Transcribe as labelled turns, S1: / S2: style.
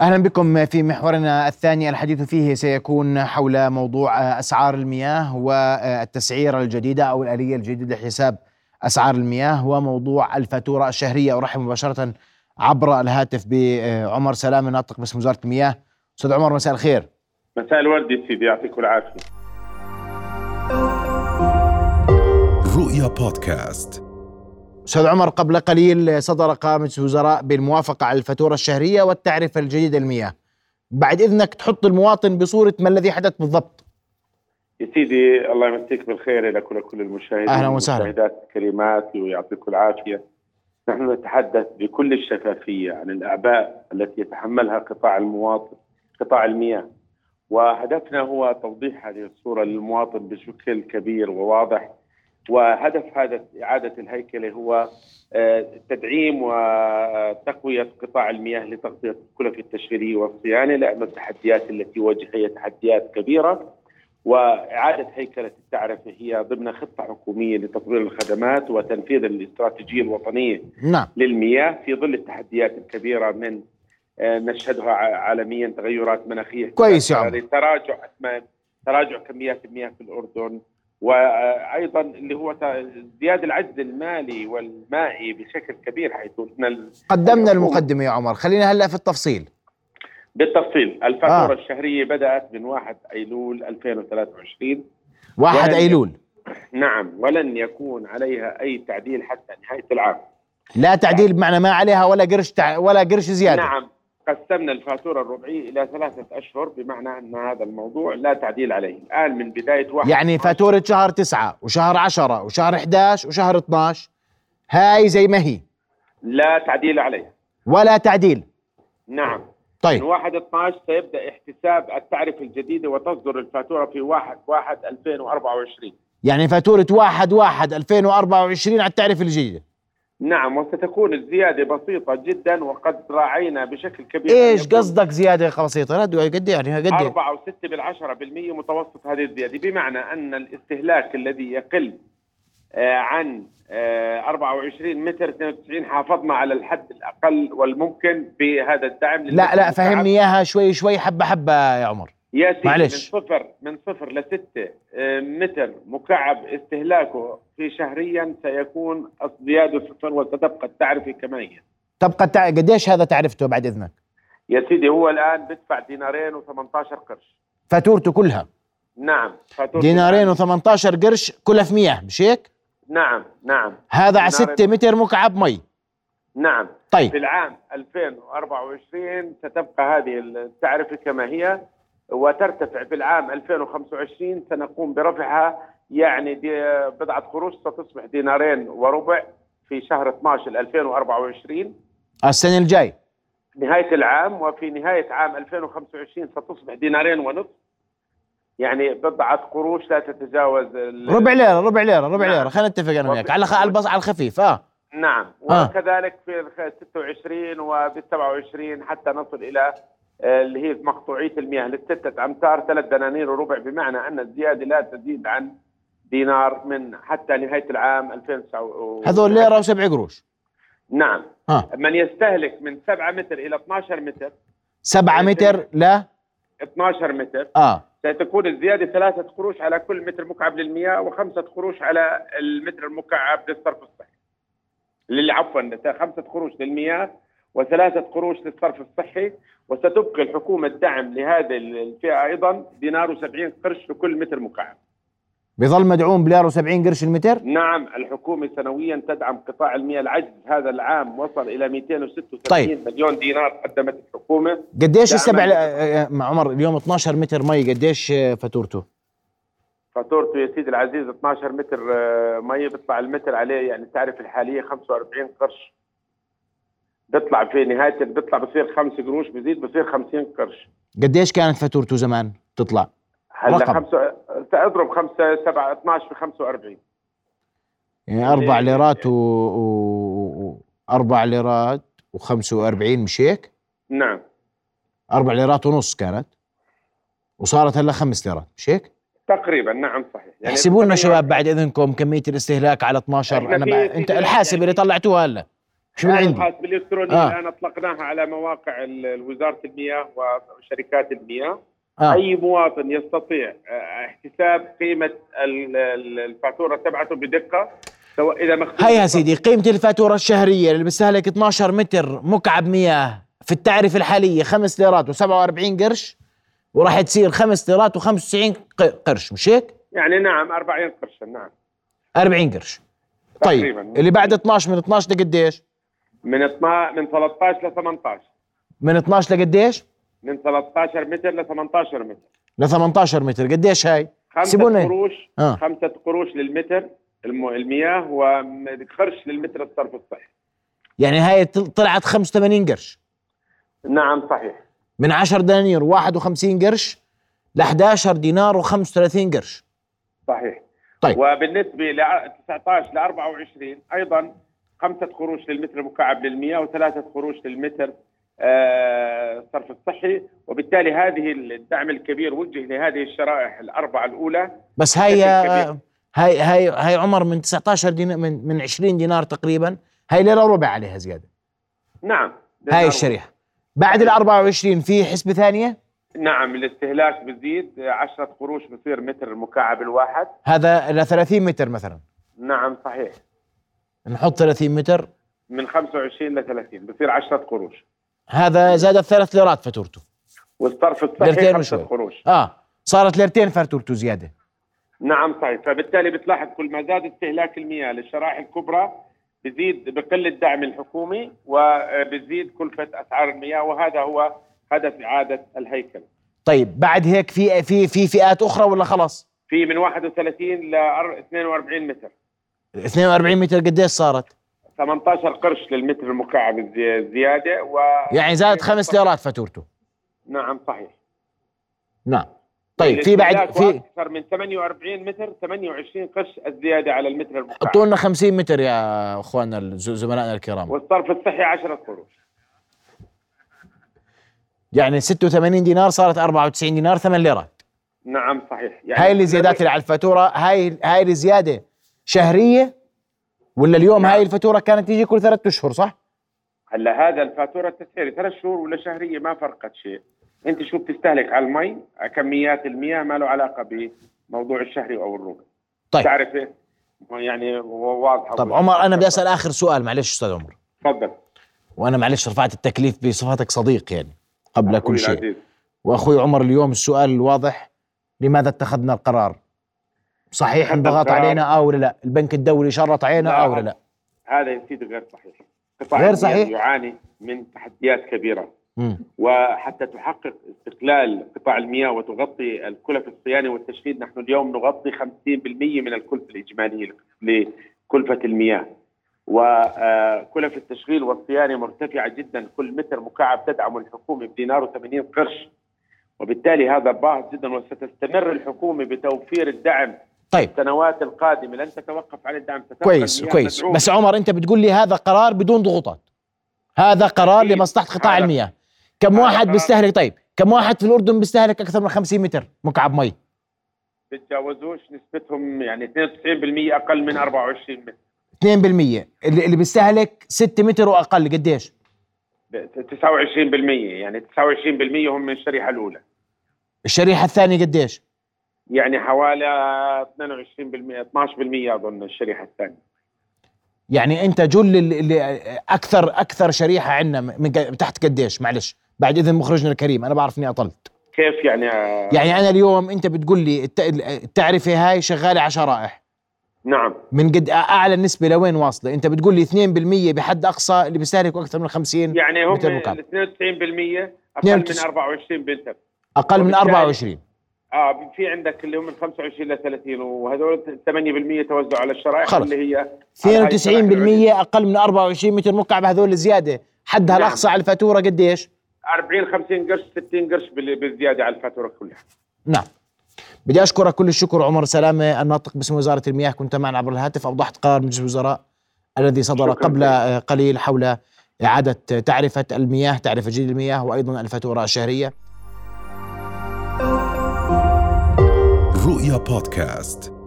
S1: اهلا بكم في محورنا الثاني الحديث فيه سيكون حول موضوع اسعار المياه والتسعيره الجديده او الاليه الجديده لحساب اسعار المياه وموضوع الفاتوره الشهريه ارحب مباشره عبر الهاتف بعمر سلام الناطق باسم وزاره المياه استاذ عمر مساء الخير
S2: مساء الورد يا سيدي يعطيكم العافيه
S3: رؤيا بودكاست
S1: استاذ عمر قبل قليل صدر قائمه الوزراء بالموافقه على الفاتوره الشهريه والتعرفه الجديده للمياه. بعد اذنك تحط المواطن بصوره ما الذي حدث بالضبط.
S2: يا سيدي الله يمسيك بالخير لك ولكل المشاهدين
S1: أهلا وسهلا.
S2: المشاهدات الكريمات ويعطيكم العافيه نحن نتحدث بكل الشفافيه عن الاعباء التي يتحملها قطاع المواطن قطاع المياه وهدفنا هو توضيح هذه الصوره للمواطن بشكل كبير وواضح وهدف هذا إعادة الهيكلة هو آه، تدعيم وتقوية قطاع المياه لتغطية الكلف التشغيلية والصيانة لأن التحديات التي يواجه هي تحديات كبيرة وإعادة هيكلة التعرفة هي ضمن خطة حكومية لتطوير الخدمات وتنفيذ الاستراتيجية الوطنية
S1: نعم.
S2: للمياه في ظل التحديات الكبيرة من آه، نشهدها ع- عالميا تغيرات مناخية يعني
S1: كويس يا عمر.
S2: تراجع أثمان تراجع كميات المياه في الأردن وايضا اللي هو ت- ازدياد العجز المالي والمائي بشكل كبير حيث ان ال-
S1: قدمنا المقدمه يا عمر، خلينا هلا في التفصيل.
S2: بالتفصيل الفاتوره
S1: آه.
S2: آه. الشهريه بدات من 1 ايلول 2023
S1: واحد
S2: وهل-
S1: ايلول
S2: نعم ولن يكون عليها اي تعديل حتى نهايه العام
S1: لا تعديل بمعنى ما عليها ولا قرش تع... ولا قرش زياده.
S2: نعم قسمنا الفاتوره الربعيه الى ثلاثه اشهر بمعنى ان هذا الموضوع لا تعديل عليه الان من بدايه واحد
S1: يعني فاتوره شهر تسعة وشهر عشرة وشهر 11 وشهر 12 هاي زي ما هي
S2: لا تعديل عليه
S1: ولا تعديل.
S2: نعم من
S1: طيب
S2: 1 12 سيبدا احتساب التعرفه الجديده وتصدر الفاتوره في 1 1 2024
S1: يعني فاتوره 1 1 2024 على التعرفه الجديده.
S2: نعم وستكون الزياده بسيطه جدا وقد راعينا بشكل كبير
S1: ايش قصدك زياده بسيطه؟ لا قد إيه يعني قد إيه؟
S2: 4 و6 بالعشرة بالمية متوسط هذه الزيادة بمعنى أن الاستهلاك الذي يقل آه، عن آه، 24 متر 92 حافظنا على الحد الأقل والممكن بهذا الدعم
S1: لا لا
S2: للمستهلك.
S1: فهمني اياها شوي شوي حبه حبه يا عمر
S2: يا سيدي
S1: معلش.
S2: من صفر من صفر لستة آه، متر مكعب استهلاكه في شهريا سيكون زيادة صفر وستبقى التعرفة كما هي
S1: تبقى تع... قديش هذا تعرفته بعد اذنك
S2: يا سيدي هو الآن بدفع دينارين و18 قرش
S1: فاتورته كلها
S2: نعم فاتورة
S1: دينارين و18 قرش كلف مياه مش هيك
S2: نعم نعم
S1: هذا على
S2: دينارين.
S1: 6 متر مكعب مي
S2: نعم في
S1: طيب
S2: العام 2024 ستبقى هذه التعرفة كما هي وترتفع في العام 2025 سنقوم برفعها يعني دي بضعة قروش ستصبح دينارين وربع في شهر 12 2024
S1: السنه الجاي
S2: نهاية العام وفي نهاية عام 2025 ستصبح دينارين ونصف يعني بضعة قروش لا تتجاوز ال-
S1: ربع ليره ربع ليره ربع
S2: نعم.
S1: ليره خلينا نتفق انا وياك على خ... على البص على الخفيف اه
S2: نعم
S1: آه.
S2: وكذلك في ال 26 وبال 27 حتى نصل الى آه، اللي هي مقطوعيه المياه للستة امتار ثلاث دنانير وربع بمعنى ان الزياده لا تزيد عن دينار من حتى نهايه العام 2009
S1: هذول ليره وسبع قروش
S2: نعم
S1: ها
S2: من يستهلك من 7 متر الى 12 متر
S1: 7 متر لا
S2: 12 متر
S1: اه
S2: ستكون الزياده ثلاثة قروش على كل متر مكعب للمياه وخمسة قروش على المتر المكعب للصرف الصحي. لل- عفوا خمسة قروش للمياه وثلاثة قروش للصرف الصحي وستبقي الحكومة الدعم لهذه الفئة أيضا دينار و70 قرش لكل متر مكعب.
S1: بيظل مدعوم بليره و70 قرش المتر
S2: نعم الحكومة سنويا تدعم قطاع المياه العجز هذا العام وصل إلى 286
S1: طيب.
S2: مليون دينار قدمت الحكومة
S1: قديش
S2: دعم
S1: السبع
S2: ال-
S1: آه، آه، مع عمر اليوم 12 متر مي قديش آه، فاتورته
S2: فاتورته يا سيدي العزيز 12 متر آه، ميه بيطلع المتر عليه يعني تعرف الحاليه 45 قرش بيطلع في نهايه بيطلع بصير 5 قروش بزيد بصير 50 قرش
S1: قديش كانت فاتورته زمان تطلع
S2: هلا
S1: رقم.
S2: خمسة اضرب 5 7 12 في 45
S1: يعني أربع
S2: اللي-
S1: ليرات و... و... و... أربع ليرات وخمسة وأربعين مش هيك
S2: نعم
S1: أربع ليرات ونص كانت وصارت هلا خمس ليرات مش هيك
S2: تقريبا نعم صحيح
S1: احسبوا لنا
S2: تقريباً
S1: شباب بعد إذنكم كمية الاستهلاك على 12
S2: إحنا
S1: أنا
S2: في-
S1: بع...
S2: في
S1: أنت
S2: بلاد
S1: الحاسب اللي
S2: يعني-
S1: طلعتوها هلا شو اللي عندي؟
S2: اللوحات الالكترونيه
S1: آه.
S2: الان اطلقناها على مواقع ال- وزاره المياه وشركات المياه
S1: آه.
S2: اي مواطن يستطيع آه، احتساب قيمه ال- ال- الفاتوره تبعته بدقه سواء اذا مخزون
S1: هيا سيدي قيمة الفاتورة الشهرية اللي بيستهلك 12 متر مكعب مياه في التعرفة الحالية 5 ليرات و47 قرش وراح تصير 5 ليرات و95 قرش مش هيك؟
S2: يعني نعم 40 قرشا نعم
S1: 40 قرش طيب
S2: تقريباً.
S1: اللي بعد 12 من 12 لقديش؟
S2: من 12 من 13 ل 18
S1: من 12 لقديش؟
S2: من 13 متر ل 18 متر
S1: ل 18 متر قديش هاي؟
S2: خمسة
S1: سيبونا.
S2: قروش
S1: آه.
S2: خمسة قروش للمتر الم- المياه وقرش للمتر الصرف الصحي
S1: يعني هاي طل- طلعت 85 قرش
S2: نعم صحيح
S1: من 10 دنانير 51 قرش ل 11 دينار و35 قرش
S2: صحيح
S1: طيب.
S2: وبالنسبة ل 19 ل 24 أيضا خمسة قروش للمتر مكعب للمياه وثلاثة قروش للمتر آه، الصرف الصحي وبالتالي هذه الدعم الكبير وجه لهذه الشرائح الأربعة الأولى
S1: بس هاي
S2: بشكل كبير.
S1: هاي هاي هاي عمر من 19 دينار من من 20 دينار تقريبا هاي ليره ربع عليها زياده
S2: نعم
S1: هاي الشريحه بعد ال 24 في حسبه ثانيه
S2: نعم الاستهلاك بزيد 10 قروش بصير متر المكعب الواحد
S1: هذا ل 30 متر مثلا
S2: نعم صحيح
S1: نحط 30 متر
S2: من 25 ل 30 بصير 10 قروش
S1: هذا زادت ثلاث ليرات فاتورته
S2: والصرف الصحي
S1: ليرتين
S2: 5
S1: وشوي
S2: قروش
S1: اه صارت ليرتين فاتورته زياده
S2: نعم صحيح فبالتالي بتلاحظ كل ما زاد استهلاك المياه للشرائح الكبرى بزيد بقل الدعم الحكومي وبزيد كلفة أسعار المياه وهذا هو هدف إعادة الهيكل
S1: طيب بعد هيك في في في فئات اخرى ولا خلاص
S2: في من 31 ل 42 متر
S1: 42 متر قديش صارت
S2: 18 قرش للمتر المكعب الزي- الزيادة و
S1: يعني زادت خمس ليرات فاتورته
S2: نعم صحيح
S1: نعم طيب في بعد
S2: الاستهلاك
S1: في
S2: اكثر من 48 متر 28 قرش الزياده على المتر المكعب
S1: اعطونا 50 متر يا اخواننا الز- زملائنا الكرام
S2: والصرف الصحي 10 قروش
S1: يعني 86 دينار صارت 94 دينار 8 ليرات
S2: نعم صحيح يعني
S1: هاي اللي زيادات اللي على الفاتوره هاي هاي اللي زياده شهريه ولا اليوم
S2: نعم.
S1: هاي الفاتوره كانت تيجي كل ثلاثة اشهر صح
S2: هلا هذا الفاتوره التسعيري ثلاث شهور ولا شهريه ما فرقت شيء انت شو بتستهلك على المي كميات المياه ما له علاقه بموضوع الشهري او الربع
S1: طيب.
S2: تعرف إيه؟ يعني واضحه
S1: طب عمر انا بدي اسال اخر سؤال معلش استاذ عمر
S2: تفضل
S1: وانا معلش رفعت التكليف بصفتك صديق يعني قبل
S2: نعم، أخوي
S1: كل شيء
S2: العزيز.
S1: واخوي عمر اليوم السؤال الواضح لماذا اتخذنا القرار صحيح
S2: اتخذنا
S1: انضغط
S2: القرار. نعم.
S1: علينا او لا البنك الدولي شرط علينا
S2: لا.
S1: او لا
S2: هذا يا سيدي غير صحيح قطاع
S1: غير
S2: المياه
S1: صحيح؟
S2: يعاني من تحديات كبيره
S1: مم.
S2: وحتى تحقق استقلال قطاع المياه وتغطي الكلف الصيانه والتشغيل نحن اليوم نغطي 50% من الكلفه الاجماليه لكلفه المياه وكلف التشغيل والصيانه مرتفعه جدا كل متر مكعب تدعم الحكومه بدينار و80 قرش وبالتالي هذا باهظ جدا وستستمر الحكومه بتوفير الدعم
S1: طيب
S2: السنوات القادمه لن تتوقف عن الدعم ستبقى
S1: كويس
S2: المياه
S1: كويس
S2: مدعومة.
S1: بس عمر انت بتقول لي هذا قرار بدون ضغوطات هذا قرار
S2: أكيد.
S1: لمصلحه قطاع
S2: طيب، هذا-
S1: المياه كم
S2: هذا
S1: واحد
S2: قرار-
S1: بيستهلك طيب كم واحد في الاردن بيستهلك اكثر من 50 متر مكعب مي
S2: بتجاوزوش نسبتهم يعني 92% اقل من 24 متر
S1: 2% اللي, اللي بيستهلك 6 متر واقل قديش
S2: 29% يعني 29% هم من الشريحه الاولى
S1: الشريحه الثانيه قديش
S2: يعني حوالي 22% 12% اظن الشريحه الثانيه
S1: يعني انت جل اللي- اللي اكثر اكثر شريحه عندنا من ق- تحت قديش معلش بعد اذن مخرجنا الكريم انا بعرف اني اطلت
S2: كيف يعني
S1: يعني انا اليوم انت بتقول لي الت- التعرفه هاي شغاله على شرائح
S2: نعم
S1: من قد اعلى نسبه لوين واصله انت بتقول لي 2% بحد اقصى اللي بيستهلكوا اكثر من 50
S2: يعني هم
S1: متر
S2: ال 92%
S1: مكعب.
S2: اقل من
S1: 92.
S2: 24 متر
S1: اقل من
S2: وبالتالي-
S1: 24
S2: اه في عندك اللي هم من 25 ل 30 وهذول 8% توزعوا على الشرائح
S1: خلص.
S2: اللي هي
S1: 92%
S2: على هاي الشرائح العليا.
S1: اقل من 24 متر مكعب هذول زياده حدها
S2: نعم.
S1: الاقصى على الفاتوره قديش
S2: 40 50 قرش 60 قرش بال- بالزياده على الفاتوره كلها
S1: نعم بدي اشكرك كل الشكر عمر سلامه الناطق باسم وزاره المياه كنت معنا عبر الهاتف اوضحت قرار مجلس الوزراء الذي صدر
S2: شكراً.
S1: قبل آه، قليل حول اعاده تعرفه المياه تعرفه جديد المياه وايضا الفاتوره الشهريه
S3: رؤيا بودكاست